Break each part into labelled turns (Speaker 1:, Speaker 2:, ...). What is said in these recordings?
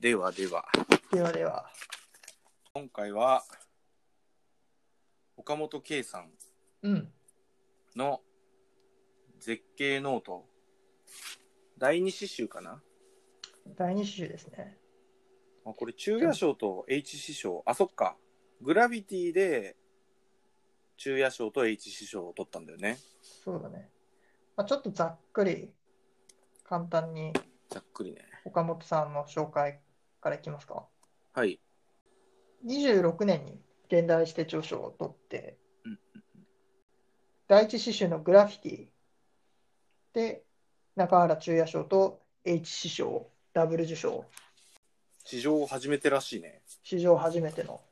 Speaker 1: ではでは、
Speaker 2: ではでは。
Speaker 1: 今回は、岡本圭さん
Speaker 2: うん。
Speaker 1: の絶景ノート、第二詩集かな
Speaker 2: 第2週ですね。
Speaker 1: あこれ、昼夜賞と H 師賞、あ、そっか。グラビティで、昼夜賞と H 師賞を取ったんだよね。
Speaker 2: そうだね。まあ、ちょっとざっくり、簡単に
Speaker 1: ざっくりね。
Speaker 2: 岡本さんの紹介からいきますか。
Speaker 1: はい。
Speaker 2: 26年に現代史手帳賞を取って
Speaker 1: うんうん、
Speaker 2: 第一詩集のグラフィティで、中原中也賞と H 師賞、ダブル受賞、
Speaker 1: 史上初めてらしいね。
Speaker 2: 史上初めての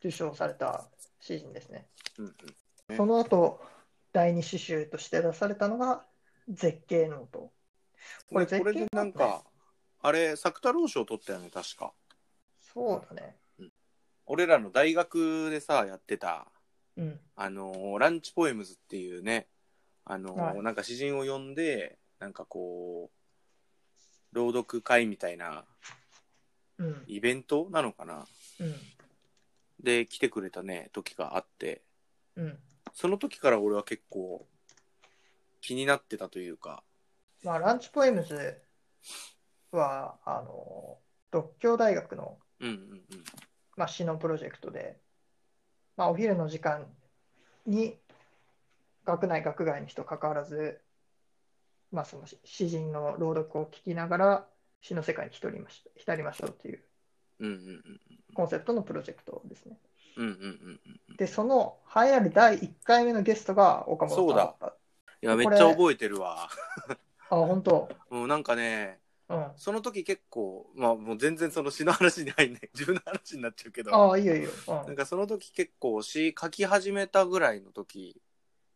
Speaker 2: 受賞された詩人ですね。
Speaker 1: うんうん。ね
Speaker 2: その後、第二詩集として出されたのが、絶景ノート。これ
Speaker 1: これでなんか、あれ、作太郎賞取ったよね、確か。
Speaker 2: そうだね。
Speaker 1: 俺らの大学でさ、やってた、
Speaker 2: うん。
Speaker 1: あのーランチポエムズっていうね、あのー
Speaker 2: はい
Speaker 1: なんか詩人を呼んで、なんかこう、朗読会みたいな
Speaker 2: うん。
Speaker 1: イベントなのかな
Speaker 2: うん。
Speaker 1: で来てくれたね、時があって、
Speaker 2: うん。
Speaker 1: その時から俺は結構気になってたというか、
Speaker 2: まあ、ランチポエムズは、あの、独協大学の、
Speaker 1: うんうんうん。
Speaker 2: まあ、詩のプロジェクトで、まあ、お昼の時間に、学内、学外の人関わらず、まあ、その詩人の朗読を聞きながら、詩の世界に浸りました浸りましょうという
Speaker 1: うんうんうん。
Speaker 2: コンセプトのプロジェクトですね。
Speaker 1: うんうんうんうん。
Speaker 2: で、その栄えある第1回目のゲストが岡本さんだった。
Speaker 1: いや、めっ
Speaker 2: これ
Speaker 1: ちゃ覚えてるわ。
Speaker 2: あ、本当。
Speaker 1: もうなんかね、
Speaker 2: うん。あ
Speaker 1: その時結構、まあもう全然その詩の話に入んない。自分の話になっちゃうけど。
Speaker 2: あ、いいよいいよ。う
Speaker 1: なん
Speaker 2: ん。
Speaker 1: かその時結構詩書き始めたぐらいの時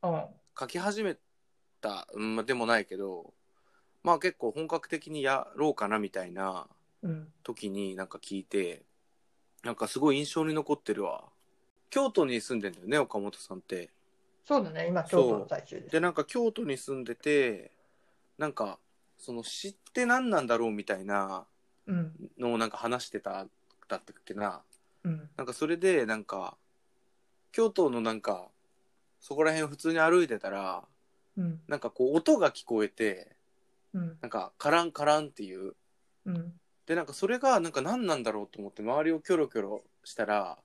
Speaker 2: うん。
Speaker 1: 書き始めた、うん、まあでもないけどまあ結構本格的にやろうかなみたいな
Speaker 2: うん。
Speaker 1: 時になんか聞いてなんかすごい印象に残ってるわ京都に住んでんだよね岡本さんって
Speaker 2: そうだね。今、京都の在中です。
Speaker 1: でなんか京都に住んでてなんかその詩って何なんだろうみたいな
Speaker 2: うん。
Speaker 1: のをなんか話してただったっけな
Speaker 2: うん。
Speaker 1: なんかそれでなんか京都のなんかそこら辺を普通に歩いてたら
Speaker 2: うん。
Speaker 1: なんかこう音が聞こえて
Speaker 2: うん。
Speaker 1: なんかカランカランっていう
Speaker 2: うん。
Speaker 1: でなんかそれがなんか何なんだろうと思って周りをキョロキョロしたら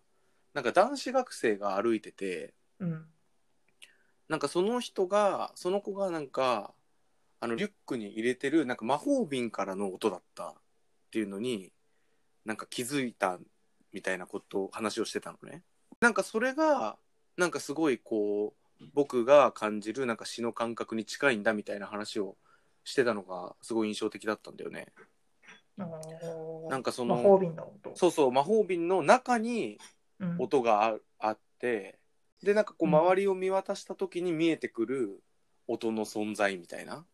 Speaker 1: なんか男子学生が歩いてて
Speaker 2: うん。
Speaker 1: なんかその人がその子がなんかあのリュックに入れてるなんか魔法瓶からの音だったっていうのになんか気づいたみたいなことを話をしてたのね。なんかそれがなんかすごいこう僕が感じるなんか詩の感覚に近いんだみたいな話をしてたのがすごい印象的だったんだよね。
Speaker 2: あ
Speaker 1: なん
Speaker 2: の
Speaker 1: かそ
Speaker 2: 魔法
Speaker 1: の
Speaker 2: 瓶の音。
Speaker 1: そうそう魔法瓶の中に
Speaker 2: うん。
Speaker 1: 音がああってでなんかこう
Speaker 2: うん
Speaker 1: 周りを見渡した時に見えてくる音の存在みたいな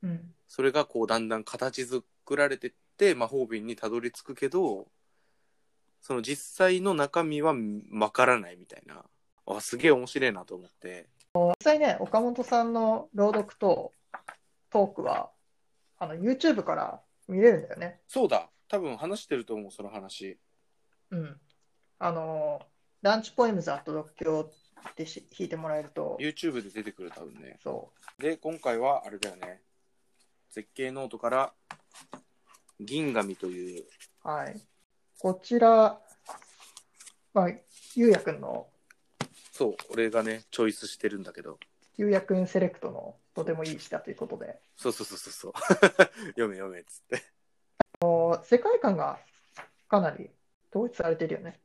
Speaker 2: うん。
Speaker 1: それがこうだんだん形作られてって魔法瓶にたどり着くけどその実際の中身はわからないみたいなあすげえ面白いなと思って
Speaker 2: 実際ね、岡本さんの朗読とトークは、あの、YouTube から見れるんだよね。
Speaker 1: そうだ多分話してると思うその話
Speaker 2: うん。あの、ランチポエムズアット独協ってし弾いてもらえると、
Speaker 1: YouTube で出てくる多分ね
Speaker 2: そう。
Speaker 1: で今回はあれだよね絶景ノートから銀紙という
Speaker 2: はい。こちら、まあ、ゆうやくんの、
Speaker 1: そう俺がねチョイスしてるんだけど
Speaker 2: ゆうやくんセレクトのとてもいい詩だということで、
Speaker 1: そうそうそうそうそう 読め読めっつって
Speaker 2: もう世界観がかなり統一されてるよね。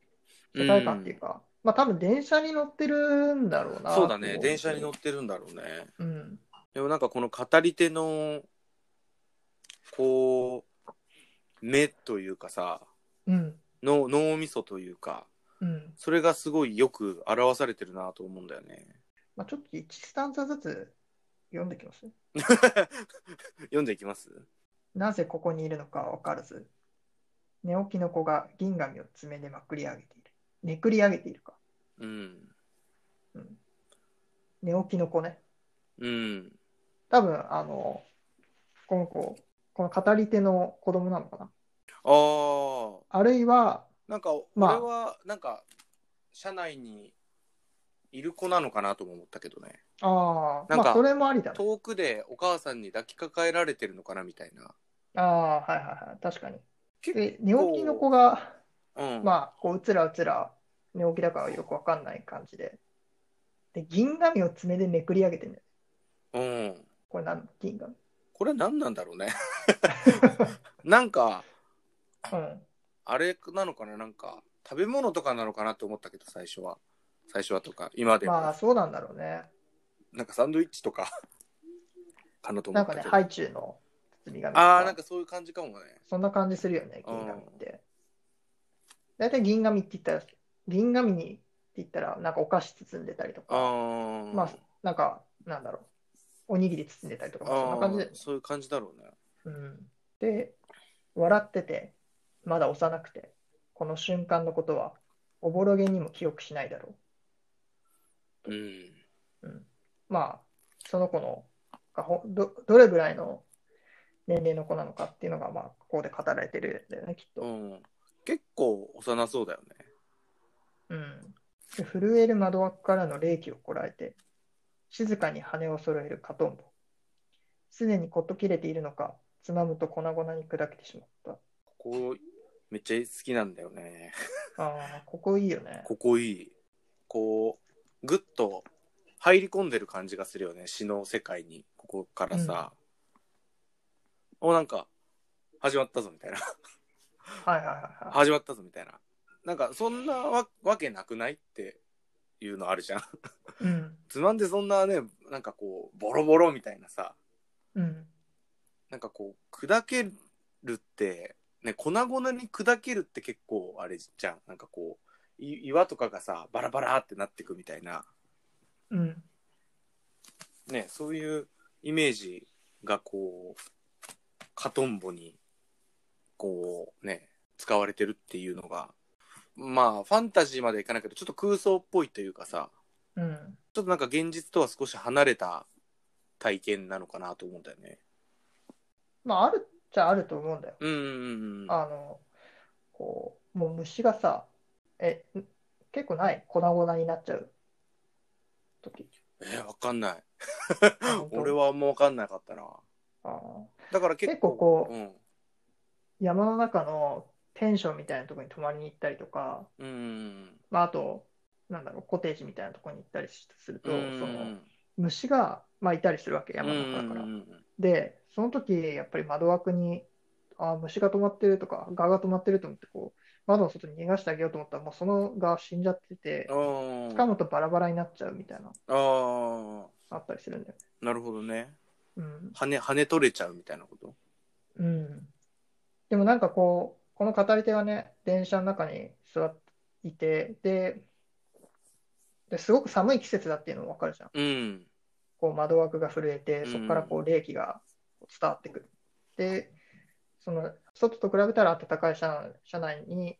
Speaker 2: 世界観っていうか、まあ多分電車に乗ってるんだろう
Speaker 1: うん
Speaker 2: な。
Speaker 1: そうだね電車に乗
Speaker 2: っ
Speaker 1: ってるんだろうね
Speaker 2: うん。
Speaker 1: でもなんかこの語り手のこう目というかさ
Speaker 2: うん。
Speaker 1: の脳みそというか
Speaker 2: うん。
Speaker 1: それがすごいよく表されてるなと思うんだよね
Speaker 2: まあちょっと1スタンザずつ読んできます。
Speaker 1: 読んでいきます
Speaker 2: なぜここにいるのか分からず、寝起きの子が銀紙を爪でまくり上げている。めくり上げているか。
Speaker 1: うん
Speaker 2: うん。寝起きの子ね。
Speaker 1: うん
Speaker 2: 多分あのこの子この語り手の子供なのかな
Speaker 1: あああ。
Speaker 2: あるいは、
Speaker 1: なんか、
Speaker 2: まあ
Speaker 1: 俺は、なんか、社内にいる子なのかなとも思ったけどね。
Speaker 2: ああ、
Speaker 1: なん
Speaker 2: ま
Speaker 1: か
Speaker 2: あ、それもありだね。
Speaker 1: 遠くでお母さんに抱きかかえられてるのかなみたいな。
Speaker 2: ああ、はいはいはい、確かに。
Speaker 1: 結
Speaker 2: で、寝起きの子が、
Speaker 1: うん。
Speaker 2: まあ、こう、うつらうつら、寝起きだからよくわかんない感じで。で、銀紙を爪でめくり上げてね。
Speaker 1: うん。
Speaker 2: これなん、銀紙。
Speaker 1: これ何なんだろう ね。なんか、
Speaker 2: うん。
Speaker 1: あれなのかななんか、食べ物とかなのかなって思ったけど、最初は。最初はとか、今でも。
Speaker 2: まあ、そうなんだろうね。
Speaker 1: なんかサンドイッチとか、 かなと思
Speaker 2: なん
Speaker 1: った
Speaker 2: かね、
Speaker 1: けど。
Speaker 2: ハイチュウの包み紙と
Speaker 1: ああ、なん
Speaker 2: か、
Speaker 1: かそういう感じかもね。
Speaker 2: そんな感じするよね、銀紙って。大体銀紙って言ったら、銀紙にって言ったら、なんかお菓子包んでたりと
Speaker 1: あ
Speaker 2: か、
Speaker 1: ー
Speaker 2: まあ、なんか、なんだろう、おにぎり包んでたりとか、
Speaker 1: あ
Speaker 2: まあそんな感じで
Speaker 1: ー、そういう感じだろうね。
Speaker 2: うん、で、笑ってて、まだ幼くて、この瞬間のことは、おぼろげにも記憶しないだろ
Speaker 1: うん。
Speaker 2: う。うん、まあ、その子のがほど、どれぐらいの年齢の子なのかっていうのが、まあ、ここで語られてるんだよね、きっと。
Speaker 1: うん、結構幼そうだよね。
Speaker 2: うん、で震える窓枠からの冷気をこらえて、静かに羽を揃えるカトンボ。すでにこと切れているのか、つまむと粉々に砕けてしまった。
Speaker 1: ここめっちゃ好きなんだよね。
Speaker 2: ああ、ここいいよね。
Speaker 1: ここいい。こうぐっと入り込んでる感じがするよね詩の世界にここからさ、おなんか始まったぞみたいな
Speaker 2: はいはいはいはい。
Speaker 1: 始まったぞみたいななんかそんなわわけなくないっていうのあるじゃん
Speaker 2: うん。
Speaker 1: つまんでそんなねなんかこうボロボロみたいなさ
Speaker 2: うん。
Speaker 1: なんかこう砕けるって、ね、粉々に砕けるって結構あれじゃんなんかこうい岩とかがさバラバラってなってくみたいな、
Speaker 2: うん。
Speaker 1: ね、そういうイメージがこうカトンボにこうね使われてるっていうのがまあファンタジーまではいかないけどちょっと空想っぽいというかさ
Speaker 2: うん。
Speaker 1: ちょっとなんか現実とは少し離れた体験なのかなと思うんだよね。
Speaker 2: まあ、あるっちゃあると思うんだよ。
Speaker 1: うんうんうん
Speaker 2: あの、こう、もう虫がさ、え、ん結構ない粉々になっちゃう時。
Speaker 1: えーわかんない。
Speaker 2: あ本当
Speaker 1: 俺はあんま分かんなかったな
Speaker 2: あー
Speaker 1: だから結
Speaker 2: 結構こう、
Speaker 1: うん
Speaker 2: 山の中のペンションみたいなとこに泊まりに行ったりとか、
Speaker 1: うん
Speaker 2: まあ、あと、なんだろう、コテージみたいなとこに行ったりしすると、
Speaker 1: う
Speaker 2: そ
Speaker 1: ん
Speaker 2: の虫が、まあ、いたりするわけ、山の中だから
Speaker 1: うんう。ん
Speaker 2: で、その時やっぱり窓枠に、あー虫が止まってるとか、蛾が止まってると思って、こう、窓の外に逃がしてあげようと思ったら、もうその蛾死んじゃってて、
Speaker 1: うん
Speaker 2: 掴むとバラバラになっちゃうみたいな、
Speaker 1: あー
Speaker 2: あったりするんだよね。
Speaker 1: なるほどね
Speaker 2: うん。
Speaker 1: 羽羽取れちゃうみたいなこと
Speaker 2: うん。でもなんかこう、この語り手はね、電車の中に座っていて、で、ですごく寒い季節だっていうのもわかるじゃん。
Speaker 1: うん
Speaker 2: こう窓枠が震えて、
Speaker 1: うん
Speaker 2: そこからこう冷気が伝わってくる。で、その外と比べたら暖かい車車内に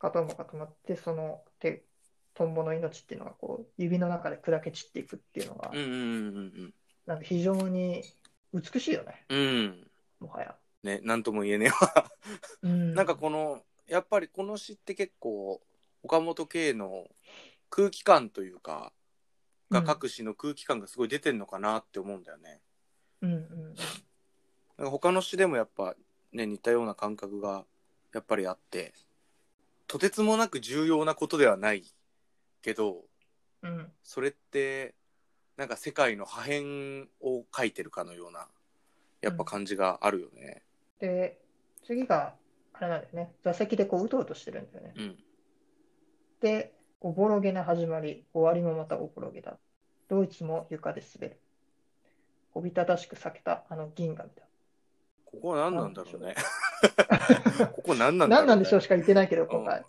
Speaker 2: カトンボが止まって、その手トンボの命っていうのがこう指の中で砕け散っていくっていうのが
Speaker 1: う、んうん
Speaker 2: なんか非常に美しいよね、
Speaker 1: うんうん
Speaker 2: もはや。
Speaker 1: ねなんとも言えねえわ
Speaker 2: な
Speaker 1: なんかこのやっぱりこの詩って結構岡本圭の空気感というかが各詩の空気感がすごい出てんのかなって思うんだよね、
Speaker 2: うんうん
Speaker 1: なんか他の詩でもやっぱね似たような感覚がやっぱりあってとてつもなく重要なことではないけど
Speaker 2: うんうん
Speaker 1: それってなんか世界の破片を書いてるかのようなやっぱ感じがあるよね。
Speaker 2: で、次があれなんだよね、座席でこううとうとしてるんだよね。
Speaker 1: うん、
Speaker 2: で、おぼろげな始まり、終わりもまたおぼろげだ。ドイツも床で滑る。おびただしく裂けたあの銀紙
Speaker 1: ここは何なんだろうね。
Speaker 2: だ。
Speaker 1: ここ何なんだろう、ね、
Speaker 2: 何なんでしょうしか言ってないけど、今回。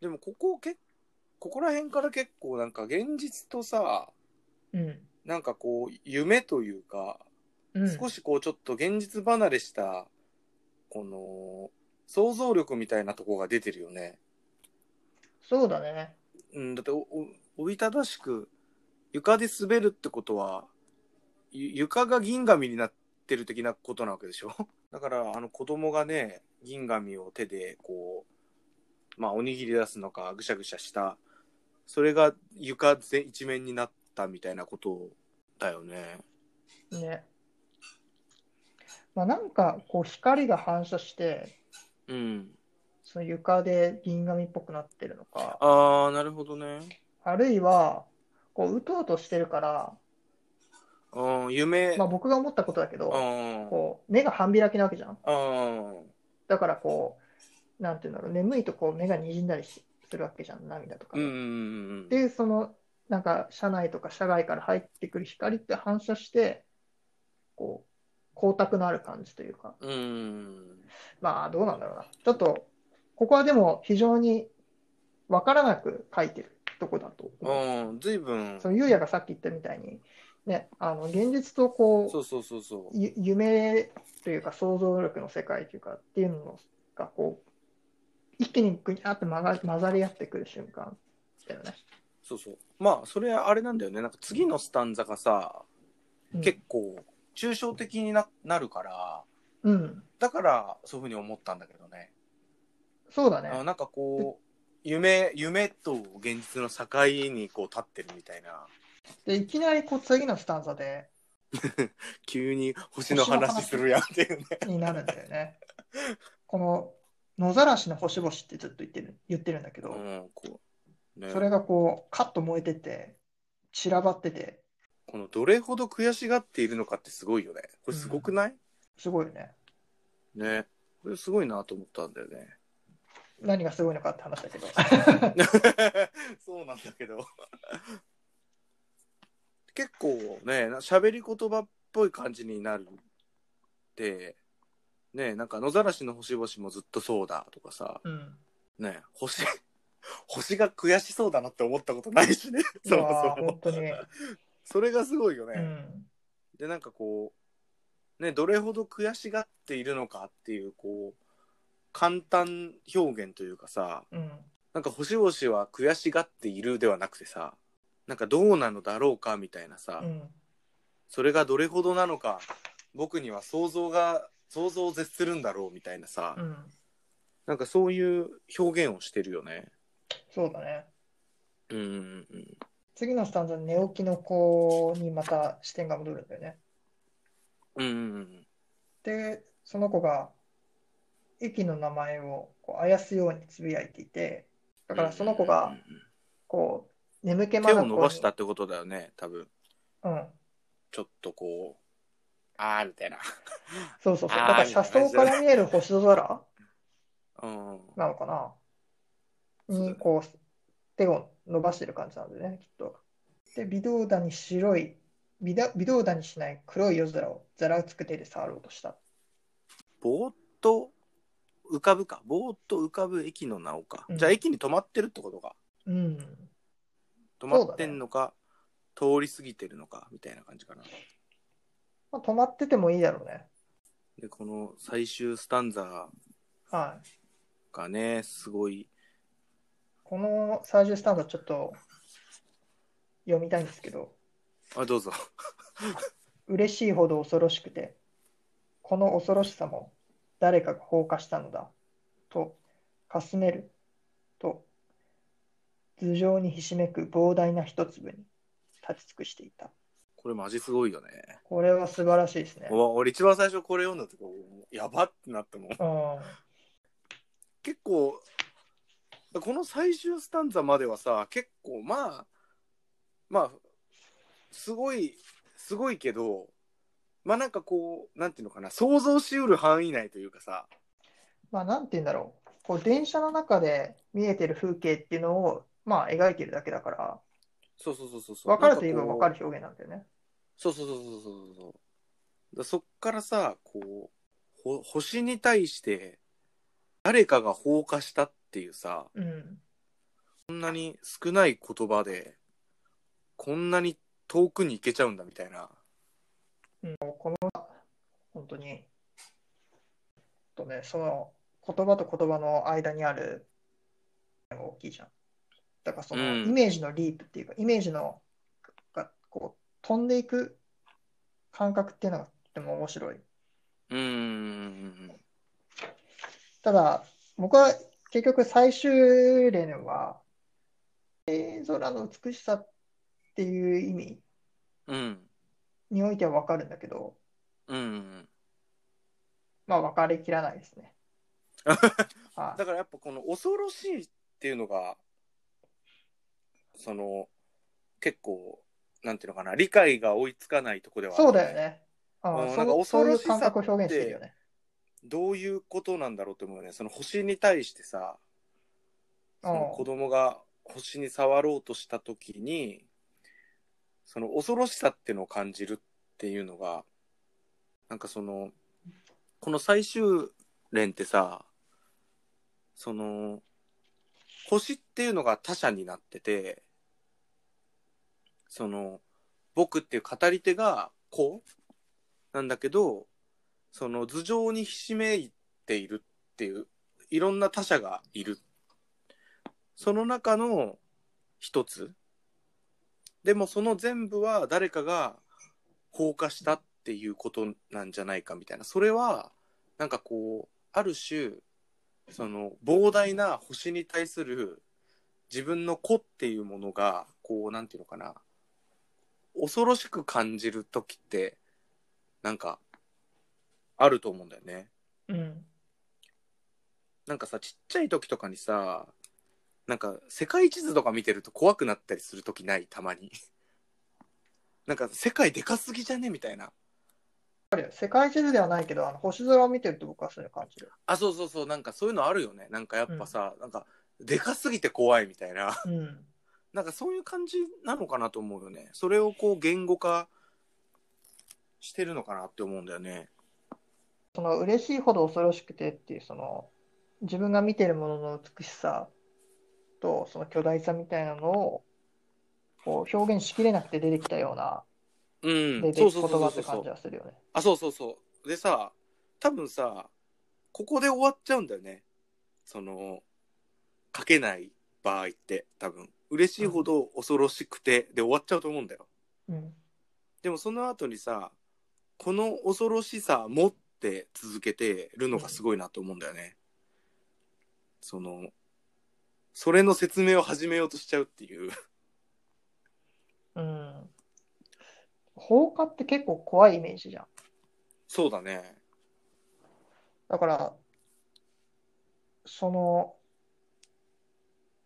Speaker 1: でもここけここら辺から結構なんか現実とさ
Speaker 2: うん。
Speaker 1: なんかこう夢というか
Speaker 2: うん。
Speaker 1: 少しこうちょっと現実離れしたこの想像力みたいなとこが出てるよね。
Speaker 2: そうだね。
Speaker 1: うん、だっておおおびただしく床で滑るってことはゆ床が銀紙になってる的なことなわけでしょ だから、あの子供がね、銀紙を手で、こう、まあ、おにぎり出すのか、ぐしゃぐしゃした、それが床全一面になったみたいなことだよね。
Speaker 2: ね。まあ、なんかこう光が反射して、
Speaker 1: うん。
Speaker 2: その床で銀紙っぽくなってるのか、
Speaker 1: ああ、なるほどね。
Speaker 2: あるいは、こううとうとしてるから、
Speaker 1: うん、夢。
Speaker 2: まあ、僕が思ったことだけ
Speaker 1: う
Speaker 2: ど、
Speaker 1: ん。うん。
Speaker 2: こう目が半開きなわけじゃん。
Speaker 1: あ
Speaker 2: だからこう、なんていうんだろう、眠いとこう目がにじんだりしするわけじゃん、涙とか。
Speaker 1: うんうんうんうん。
Speaker 2: で、その、なんか車内とか車外から入ってくる光って反射して、こう、光沢のある感じというか、
Speaker 1: うん。
Speaker 2: まあ、どうなんだろうな。ちょっと、ここはでも非常に分からなく書いてるとこだと思う。
Speaker 1: うん。ずいぶん。
Speaker 2: そ
Speaker 1: そ
Speaker 2: の、ゆうやがさっき言ったみたいに、ね、あの、現実とこう、
Speaker 1: うそうそうそう。
Speaker 2: ゆ夢というか想像力の世界というかっていうのがこう一気にグニャって混ざ混ざり合ってくる瞬間だよね。
Speaker 1: そうそう。まあ、それあれなんだよね。なんか次のスタンザがさ、
Speaker 2: うん
Speaker 1: 結構、抽象的にななるから、
Speaker 2: うん、
Speaker 1: だから、そういうふうに思ったんだけどね。
Speaker 2: そうだ
Speaker 1: あ
Speaker 2: ね。
Speaker 1: なんかこう、夢、夢と現実の境にこう立ってるみたいな。
Speaker 2: でいきなりこう次のスタンザで
Speaker 1: 急に星の話するやんっていうね。
Speaker 2: になるんだよね。この野ざらしの星々ってずっと言ってる言ってるんだけ
Speaker 1: う
Speaker 2: ど、
Speaker 1: ん、こう。ね、
Speaker 2: それがこうカッと燃えてて散らばってて
Speaker 1: このどれほど悔しがっているのかってすごいよね。これすごくない、
Speaker 2: すごいよね。
Speaker 1: ね。これすごいなと思ったんだよね。
Speaker 2: 何がすごいのかって話 だけど。
Speaker 1: そうなんだけど。結構ね、な喋り言葉っぽい感じになるって、ね、なんか野ざらしの星々もずっとそうだとかさ、
Speaker 2: うん、
Speaker 1: ね、星、 星が悔しそうだなって思ったことないしね、 そも
Speaker 2: うわ
Speaker 1: そ
Speaker 2: ー本
Speaker 1: も。
Speaker 2: 当に、
Speaker 1: それがすごいよね。
Speaker 2: うん
Speaker 1: でなんかこうねどれほど悔しがっているのかっていうこう簡単表現というかさ
Speaker 2: うん、
Speaker 1: なんか星々は悔しがっているではなくてさなんかどうなのだろうかみたいなさ、
Speaker 2: うん
Speaker 1: それがどれほどなのか僕には想像が想像を絶するんだろうみたいなさ、
Speaker 2: うん、
Speaker 1: なんかそういう表現をしてるよね。
Speaker 2: そうだね。
Speaker 1: うんうんうん
Speaker 2: 次のスタンドの寝起きの子にまた視点が戻るんだよね。
Speaker 1: うんうん
Speaker 2: で、その子が駅の名前をこうあやすようにつぶやいていて、だからその子
Speaker 1: うんう
Speaker 2: が
Speaker 1: ん
Speaker 2: こう眠気
Speaker 1: うん
Speaker 2: ま
Speaker 1: 手
Speaker 2: なこ
Speaker 1: を
Speaker 2: に
Speaker 1: 伸ばしたってことだよね多分
Speaker 2: うん、
Speaker 1: ちょっとこうあーみたいな。
Speaker 2: そうそうそう。だ
Speaker 1: あー
Speaker 2: から車窓から見える星空
Speaker 1: うん
Speaker 2: なのかな
Speaker 1: そうだね
Speaker 2: にこう手を伸ばしてる感じなんだよね、きっと。で、微動だに白い、微だ微動だにしない黒い夜空をざらつく手で触ろうとした。
Speaker 1: ぼーっと浮かぶかぼーっと浮かぶ駅の名をか、
Speaker 2: うん
Speaker 1: じゃあ駅に止まってるってことか
Speaker 2: うん。
Speaker 1: 止まってんのか、通り過ぎてるのかみたいな感じかな
Speaker 2: まあ、止まっててもいいだろうね。
Speaker 1: でこの最終スタンザ
Speaker 2: はい。
Speaker 1: がねすごい
Speaker 2: この最終スタンドちょっと読みたいんですけど、
Speaker 1: あどうぞ
Speaker 2: 嬉しいほど恐ろしくて、この恐ろしさも誰かが放火したのだ、と、かすめる、と、頭上にひしめく膨大な一粒に立ち尽くしていた。
Speaker 1: これマジすごいよね
Speaker 2: これは素晴らしいですね。
Speaker 1: うわ俺一番最初これ読んだ時やばってなったもん
Speaker 2: うん。
Speaker 1: 結構この最終スタンザまではさ結構まあまあすごいすごいけどまあなんかこうなんていうのかな想像しうる範囲内というかさ
Speaker 2: まあ、なんて言うんだろう。こう、電車の中で見えてる風景っていうのを、まあ、描いてるだけだから、
Speaker 1: そうそうそうそうそう
Speaker 2: 分かるといえば
Speaker 1: なん
Speaker 2: 分
Speaker 1: こ
Speaker 2: か
Speaker 1: う
Speaker 2: る表現なんだよね。
Speaker 1: そうそうそうそうそうそうだそっからさこうほ星に対して誰かが放火したっていうさ
Speaker 2: うん。
Speaker 1: こんなに少ない言葉でこんなに遠くに行けちゃうんだみたいな
Speaker 2: 本当に。とね、その言葉と言葉の間にあるのが大きいじゃん。だからその
Speaker 1: うん
Speaker 2: イメージのリープっていうか、イメージのがこう飛んでいく感覚っていうのがとても面白い。
Speaker 1: うーん。
Speaker 2: ただ、僕は結局最終例は、星空の美しさっていう意味
Speaker 1: うん。
Speaker 2: においては分かるんだけど、
Speaker 1: うん。
Speaker 2: まあ分かりきらないです ね。は
Speaker 1: だからやっぱこの恐ろしいっていうのが、その、結構、なんていうのかな、理解が追いつかないとこで
Speaker 2: い、
Speaker 1: は
Speaker 2: そうだよ。ね。あ
Speaker 1: うん
Speaker 2: そう
Speaker 1: なんか恐ろしさ
Speaker 2: そういう感覚を表現してるよね。
Speaker 1: どういうことなんだろうと思うよね。その星に対してさ、その子
Speaker 2: う
Speaker 1: 供が星に触ろうとした時に、その恐ろしさっていうのを感じるっていうのが、なんかその、この最終連ってさ、その、星っていうのが他者になってて、その、僕っていう語り手が子なんだけど、その頭上にひしめいているっていう、いろんな他者がいるその中の一つ。でもその全部は誰かが放火したっていうことなんじゃないかみたいな。それは、なんかこう、ある種、その膨大な星に対する自分の子っていうものが、こう、なんていうのかな。恐ろしく感じる時って、なんか、あると思うんだよね。
Speaker 2: ん
Speaker 1: なんかさ、ちっちゃい時とかにさ、なんか世界地図とか見てると怖くなったりする時ないたまに。 なんか世界でかすぎじゃねみたいな。
Speaker 2: 世界地図ではないけど、あの星空を見てると僕はそういう感じる。
Speaker 1: あ、そうそうそう、なんかそういうのあるよね。なんかやっぱさ、なんかでかすぎて怖いみたいな。
Speaker 2: うん。
Speaker 1: なんかそういう感じなのかなと思うよね。それをこう言語化してるのかなって思うんだよね。
Speaker 2: その嬉しいほど恐ろしくてっていう、その自分が見てるものの美しさとその巨大さみたいなのをこう表現しきれなくて出てきたような
Speaker 1: う
Speaker 2: 出
Speaker 1: ん。
Speaker 2: て
Speaker 1: そう
Speaker 2: き
Speaker 1: そう
Speaker 2: 言
Speaker 1: そうそ
Speaker 2: 葉
Speaker 1: う
Speaker 2: って
Speaker 1: そう
Speaker 2: 感じはするよね。
Speaker 1: あ、そうそうそう。でさ、多分さ、ここで終わっちゃうんだよね。その、書けない場合って、多分。嬉しいほど恐ろしくて、で終わっちゃうと思うんだよ。
Speaker 2: うん。
Speaker 1: でもその後にさ、この恐ろしさ持って続けてるのがすごいなと思うんだよね。その、それの説明を始めようとしちゃうっていう。
Speaker 2: うん。放火って結構怖いイメージじゃん。
Speaker 1: そうだね。
Speaker 2: だから、その、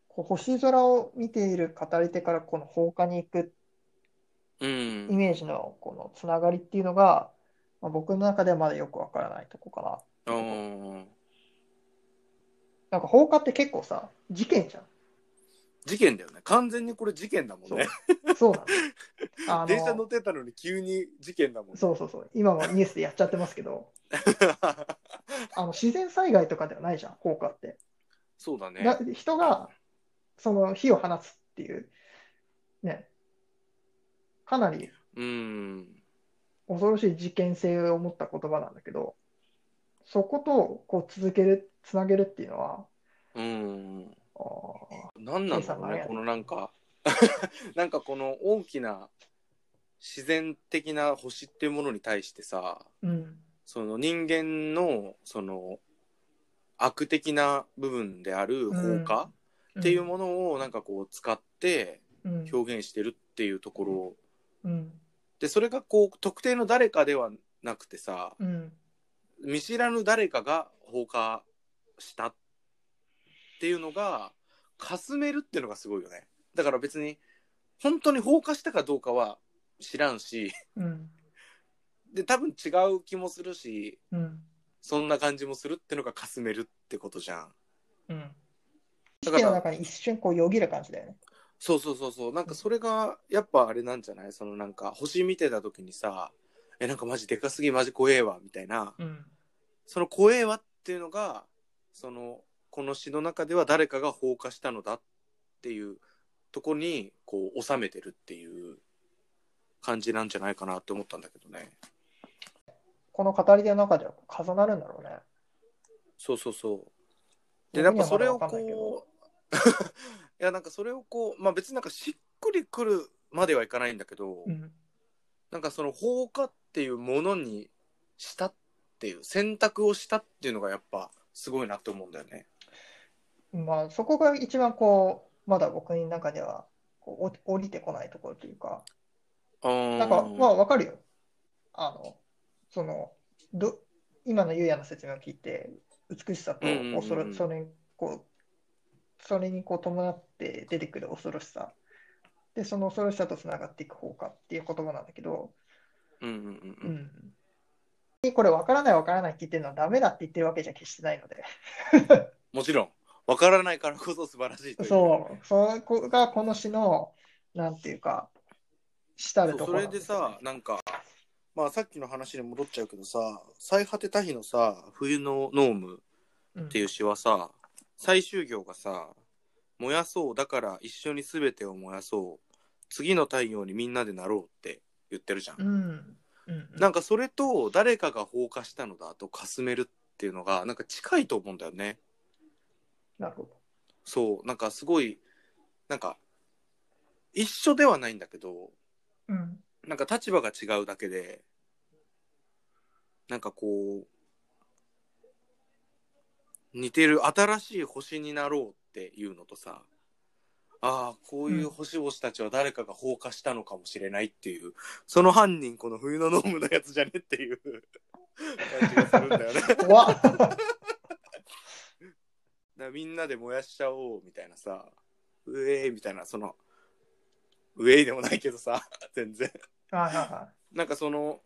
Speaker 2: こう星空を見ている語り手からこの放火に行く
Speaker 1: う
Speaker 2: イ
Speaker 1: ん。
Speaker 2: メージのこのつながりっていうのが、まあ、僕の中ではまだよくわからないとこかな。
Speaker 1: うん。
Speaker 2: なんか放火って結構さ、事件じゃ
Speaker 1: 事件だよね。完全にこれ事件だもんね。
Speaker 2: ん。そうなんです。 あの
Speaker 1: 電車乗ってたのに急に事件だもんね。
Speaker 2: そうそうそう。今もニュースでやっちゃってますけど、あの自然災害とかではないじゃん、放火って。
Speaker 1: そうだね
Speaker 2: な。人がその火を放つっていう、ね、かなり
Speaker 1: うん。
Speaker 2: 恐ろしい事件性を持った言葉なんだけど、そことこう続ける、つなげるっていうのは、
Speaker 1: うん。
Speaker 2: あー
Speaker 1: なんなんだろうね、このなんか、 なんかこの大きな自然的な星っていうものに対してさ、
Speaker 2: うん、
Speaker 1: その人間の、その、悪的な部分である放火っていうものをなんかこう使って
Speaker 2: うん、
Speaker 1: 表現してるっていうところ
Speaker 2: うん、
Speaker 1: で、それがこう特定の誰かではなくてさ、
Speaker 2: うん、
Speaker 1: 見知らぬ誰かが放火したっていうのがかすめるっていうのがすごいよねだから別に本当に放火したかどうかは知らんし
Speaker 2: うん、
Speaker 1: で多分違う気もするし
Speaker 2: うん、
Speaker 1: そんな感じもするってのがかすめるってことじゃん
Speaker 2: うん。
Speaker 1: だか
Speaker 2: 意
Speaker 1: ら
Speaker 2: 識の中に一瞬こうよぎる感じだよね。
Speaker 1: そうそうそうそうなんかそれがやっぱあれなんじゃないそのなんか星見てた時にさえなんかマジでかすぎマジ怖えわみたいな
Speaker 2: うん、
Speaker 1: その怖えわっていうのがそのこの詩の中では誰かが放火したのだっていうとこにこう収めてるっていう感じなんじゃないかなって思ったんだけどね。
Speaker 2: この語り手の中では重なるんだろうね。
Speaker 1: そうそうそう。でなんかそれを
Speaker 2: 僕にはまだわ
Speaker 1: こう いやなんかそれをこうまあ別になんかしっくりくるまではいかないんだけど、
Speaker 2: うん、
Speaker 1: なんかその放火っていうものにしたっっていう選択をしたっていうのがやっぱすごいなって思うんだよね。
Speaker 2: まあ、そこが一番こう、まだ僕の中ではこうお降りてこないところというか、
Speaker 1: な
Speaker 2: なんか、まあ、わかるよ。あの、その、ど、今のゆうやの説明を聞いて、美しさと
Speaker 1: うんうんうん
Speaker 2: 恐ろ、それに、こう、それにこう伴って出てくる恐ろしさ。で、その恐ろしさとつながっていく方かっていう言葉なんだけど、
Speaker 1: うんうんうんうん。
Speaker 2: うんこれ、わからないわからないって言ってるのはダメだって言ってるわけじゃ決してないので。
Speaker 1: もちろん、わからないからこそ素晴らしいという。
Speaker 2: そう、そこがこの詩の、なんていうか、したる
Speaker 1: そ
Speaker 2: と
Speaker 1: うそ
Speaker 2: ころ
Speaker 1: れ
Speaker 2: なん
Speaker 1: です
Speaker 2: よね
Speaker 1: さなんかまあさっきの話に戻っちゃうけどさ「最果てた日のさ冬のノーム」
Speaker 2: うん
Speaker 1: っていう詩はさ最終行がさ「燃やそうだから一緒に全てを燃やそう次の太陽にみんなでなろう」って言ってるじゃん。
Speaker 2: うん。うん
Speaker 1: なんかそれと「誰かが放火したのだ」と「かすめる」っていうのがなんか近いと思うんだよね。
Speaker 2: なるほど。
Speaker 1: そうなんかすごいなんか一緒ではないんだけど
Speaker 2: うん。
Speaker 1: なんか立場が違うだけで、なんかこう、似てる新しい星になろうっていうのとさ、ああ、こういう星々たちは誰かが放火したのかもしれないっていう、その犯人この冬のノームのやつじゃねっていう 感じがするんだよね。だか
Speaker 2: 怖っ
Speaker 1: らみんなで燃やしちゃおうみたいなさ、うえーみたいな、その、うえーでもないけどさ、全然。
Speaker 2: はいはいはい。
Speaker 1: なんかその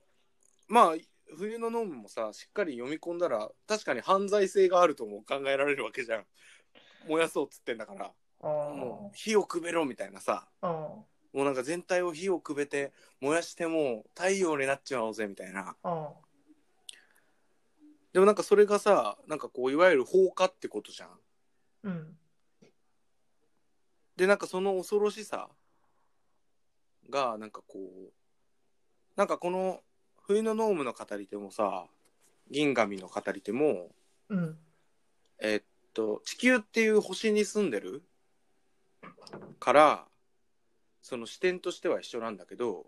Speaker 1: まあ冬のノームもさしっかり読み込んだら確かに犯罪性があるとも考えられるわけじゃん燃やそうっつってんだからもう火をくべろみたいなさ
Speaker 2: うん
Speaker 1: もうなんか全体を火をくべて燃やしてもう太陽になっちまおうぜみたいな
Speaker 2: うん
Speaker 1: でもなんかそれがさなんかこういわゆる放火ってことじゃん
Speaker 2: うん
Speaker 1: でなんかその恐ろしさがなんかこうなんかこの冬のノームの語り手もさ銀紙の語り手も
Speaker 2: うん
Speaker 1: えっと地球っていう星に住んでるからその視点としては一緒なんだけど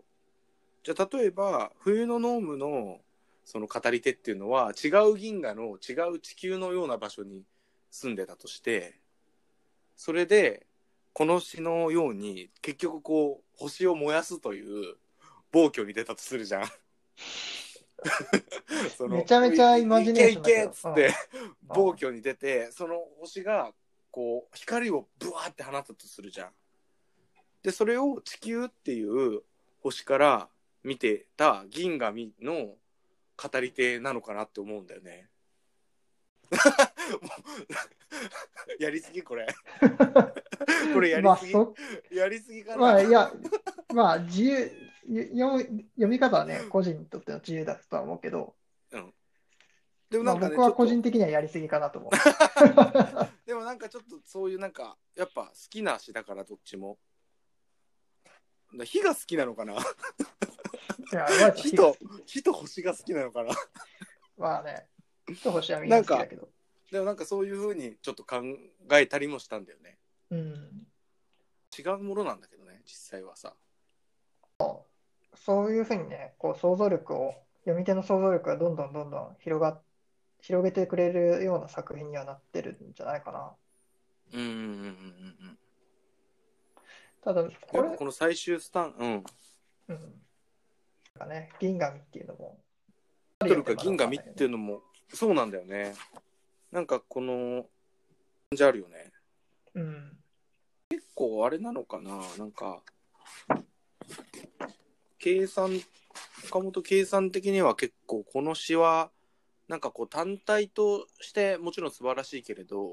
Speaker 1: じゃあ例えば冬のノームのその語り手っていうのは違う銀河の違う地球のような場所に住んでたとしてそれでこの詩のように結局こう星を燃やすという暴挙に出たとするじゃん。 その
Speaker 2: めちゃめちゃイマジネーション
Speaker 1: い
Speaker 2: だけ
Speaker 1: け
Speaker 2: ど
Speaker 1: いけっつって
Speaker 2: うん
Speaker 1: 暴挙に出てその星がこう光をブワーって放ったとするじゃん。でそれを地球っていう星から見てた銀紙の語り手なのかなって思うんだよね。 もうやりすぎ これ。これやり
Speaker 2: まあ
Speaker 1: すぎ、
Speaker 2: そ
Speaker 1: やりすぎかな。
Speaker 2: まあいやまあ自由読み読み方はね個人にとっての自由だとは思うけど、
Speaker 1: でもな
Speaker 2: まあ、
Speaker 1: んかね、
Speaker 2: 僕は
Speaker 1: ちょっと
Speaker 2: 個人的にはやりすぎかなと 思う。
Speaker 1: でもなんかちょっとそういうなんかやっぱ好きな詩だからどっちも。火が好きなのかない
Speaker 2: やまあ
Speaker 1: 火と火と星が好きなのかな
Speaker 2: まあね人星はみんな好きだけど。
Speaker 1: でもなんかそういうふうにちょっと考えたりもしたんだよね
Speaker 2: うん
Speaker 1: 違うものなんだけどね実際はさ
Speaker 2: そういうふうにね、こう想像力を、読み手の想像力がどんどんどんどん広が広げてくれるような作品にはなってるんじゃないかな。
Speaker 1: うんうんうんうん
Speaker 2: ただ、こ
Speaker 1: こ
Speaker 2: れ
Speaker 1: れ、この最終スタンうん
Speaker 2: うん。なんかね、銀紙っていうのも。
Speaker 1: タイトルか銀紙っていうのもそうなんだよねなんかこの感じあるよね
Speaker 2: うん。
Speaker 1: 結構あれなのかななんか計算岡本計算的には結構この詩はなんかこう単体としてもちろん素晴らしいけれど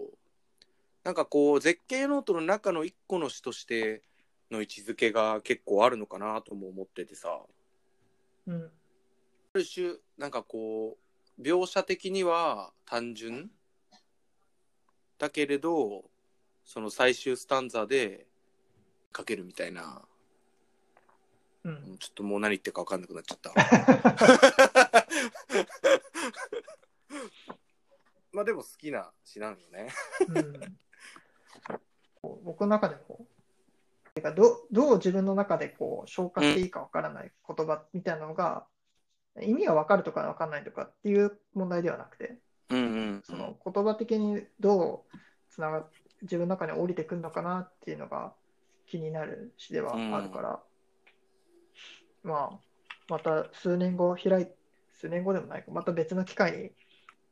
Speaker 1: なんかこう絶景ノートの中の一個の詩としての位置づけが結構あるのかなとも思っててさ
Speaker 2: うん。
Speaker 1: ある種なんかこう描写的には単純だけれどその最終スタンザで書けるみたいな
Speaker 2: う。
Speaker 1: うんんちょっともう何言ってるか分かんなくなっちゃった。 まあでも好きな詩なんよね。
Speaker 2: うん、こう僕の中でこう、てかどどう自分の中でこう消化していいかわからない言葉みたいなのが、意味が分かるとか分かんないとかっていう問題ではなくて、
Speaker 1: うんうん
Speaker 2: その言葉的にどうつながっ自分の中に降りてくるのかなっていうのが気になる詩ではあるから、まあ、また数年後開い、数年後でもないか、また別の機会に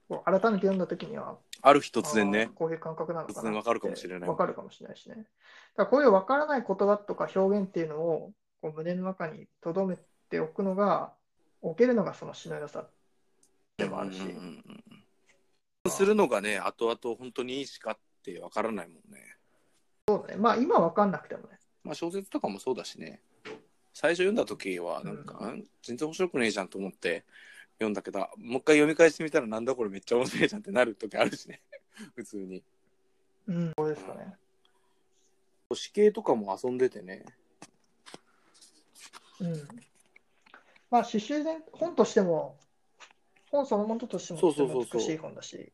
Speaker 2: こう改めて読んだときには、
Speaker 1: ある日突然
Speaker 2: あ
Speaker 1: ね
Speaker 2: ーこういう感覚なのかな
Speaker 1: 突然わかるかもしれない
Speaker 2: わかるかもしれないしね。だからこういうわからない言葉とか表現っていうのをこう胸の中に留めておくのが、置けるのがその詩の良さでもあるし
Speaker 1: うんう、んうんうんするのがね後々本当にいいしかってわからないもんね
Speaker 2: そうだね。まあ今わかんなくてもね。
Speaker 1: まあ小説とかもそうだしね最初読んだ時はなんか、うん全然面白くねえじゃんと思って読んだけどもう一回読み返してみたらなんだこれめっちゃ面白いじゃんってなる時あるしね普通に
Speaker 2: うん、そうですかね。
Speaker 1: 死刑とかも遊んでてね
Speaker 2: うん。まあ詩集全本としても、本そのものとしても
Speaker 1: そう
Speaker 2: と
Speaker 1: そう
Speaker 2: て
Speaker 1: そ
Speaker 2: も
Speaker 1: うそう
Speaker 2: 美しい本だし、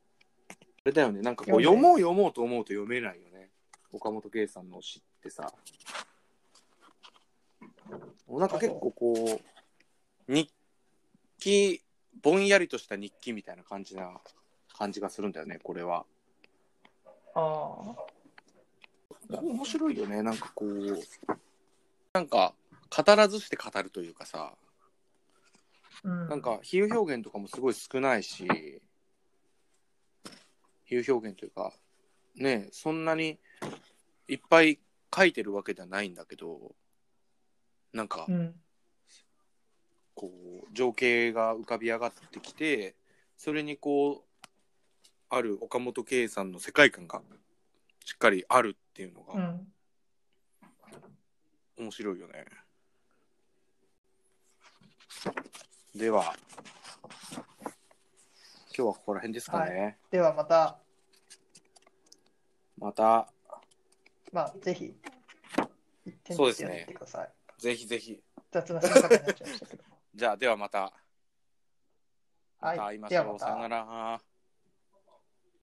Speaker 1: あれだよねなんかこう
Speaker 2: 読
Speaker 1: 読
Speaker 2: んで
Speaker 1: もう読もうと思うと読めないよね岡本圭さんの詩ってさなんか結構こう日記ぼんやりとした日記みたいな感じな感じがするんだよねこれは
Speaker 2: あ
Speaker 1: 面白いよねなんかこうなんか語らずして語るというかさ
Speaker 2: あ、うん。
Speaker 1: なんか比喩表現とかもすごい少ないし比喩表現というかねえそんなにいっぱい書いてるわけではないんだけどなんか
Speaker 2: うん、
Speaker 1: こう情景が浮かび上がってきてそれにこうある岡本圭さんの世界観がしっかりあるっていうの
Speaker 2: う
Speaker 1: が
Speaker 2: ん。
Speaker 1: 面白いよね。では今日はここら辺ですかね。
Speaker 2: ではまた、
Speaker 1: また、
Speaker 2: まあぜひ、一点
Speaker 1: そうです
Speaker 2: や
Speaker 1: ね
Speaker 2: ってみてください。
Speaker 1: ぜひぜひ。
Speaker 2: 雑な参加になっちゃいましたけど。
Speaker 1: じゃあ、ではまた。
Speaker 2: は
Speaker 1: ま
Speaker 2: い
Speaker 1: た会いまし
Speaker 2: では
Speaker 1: ょ
Speaker 2: ま
Speaker 1: う。
Speaker 2: た
Speaker 1: さよなら。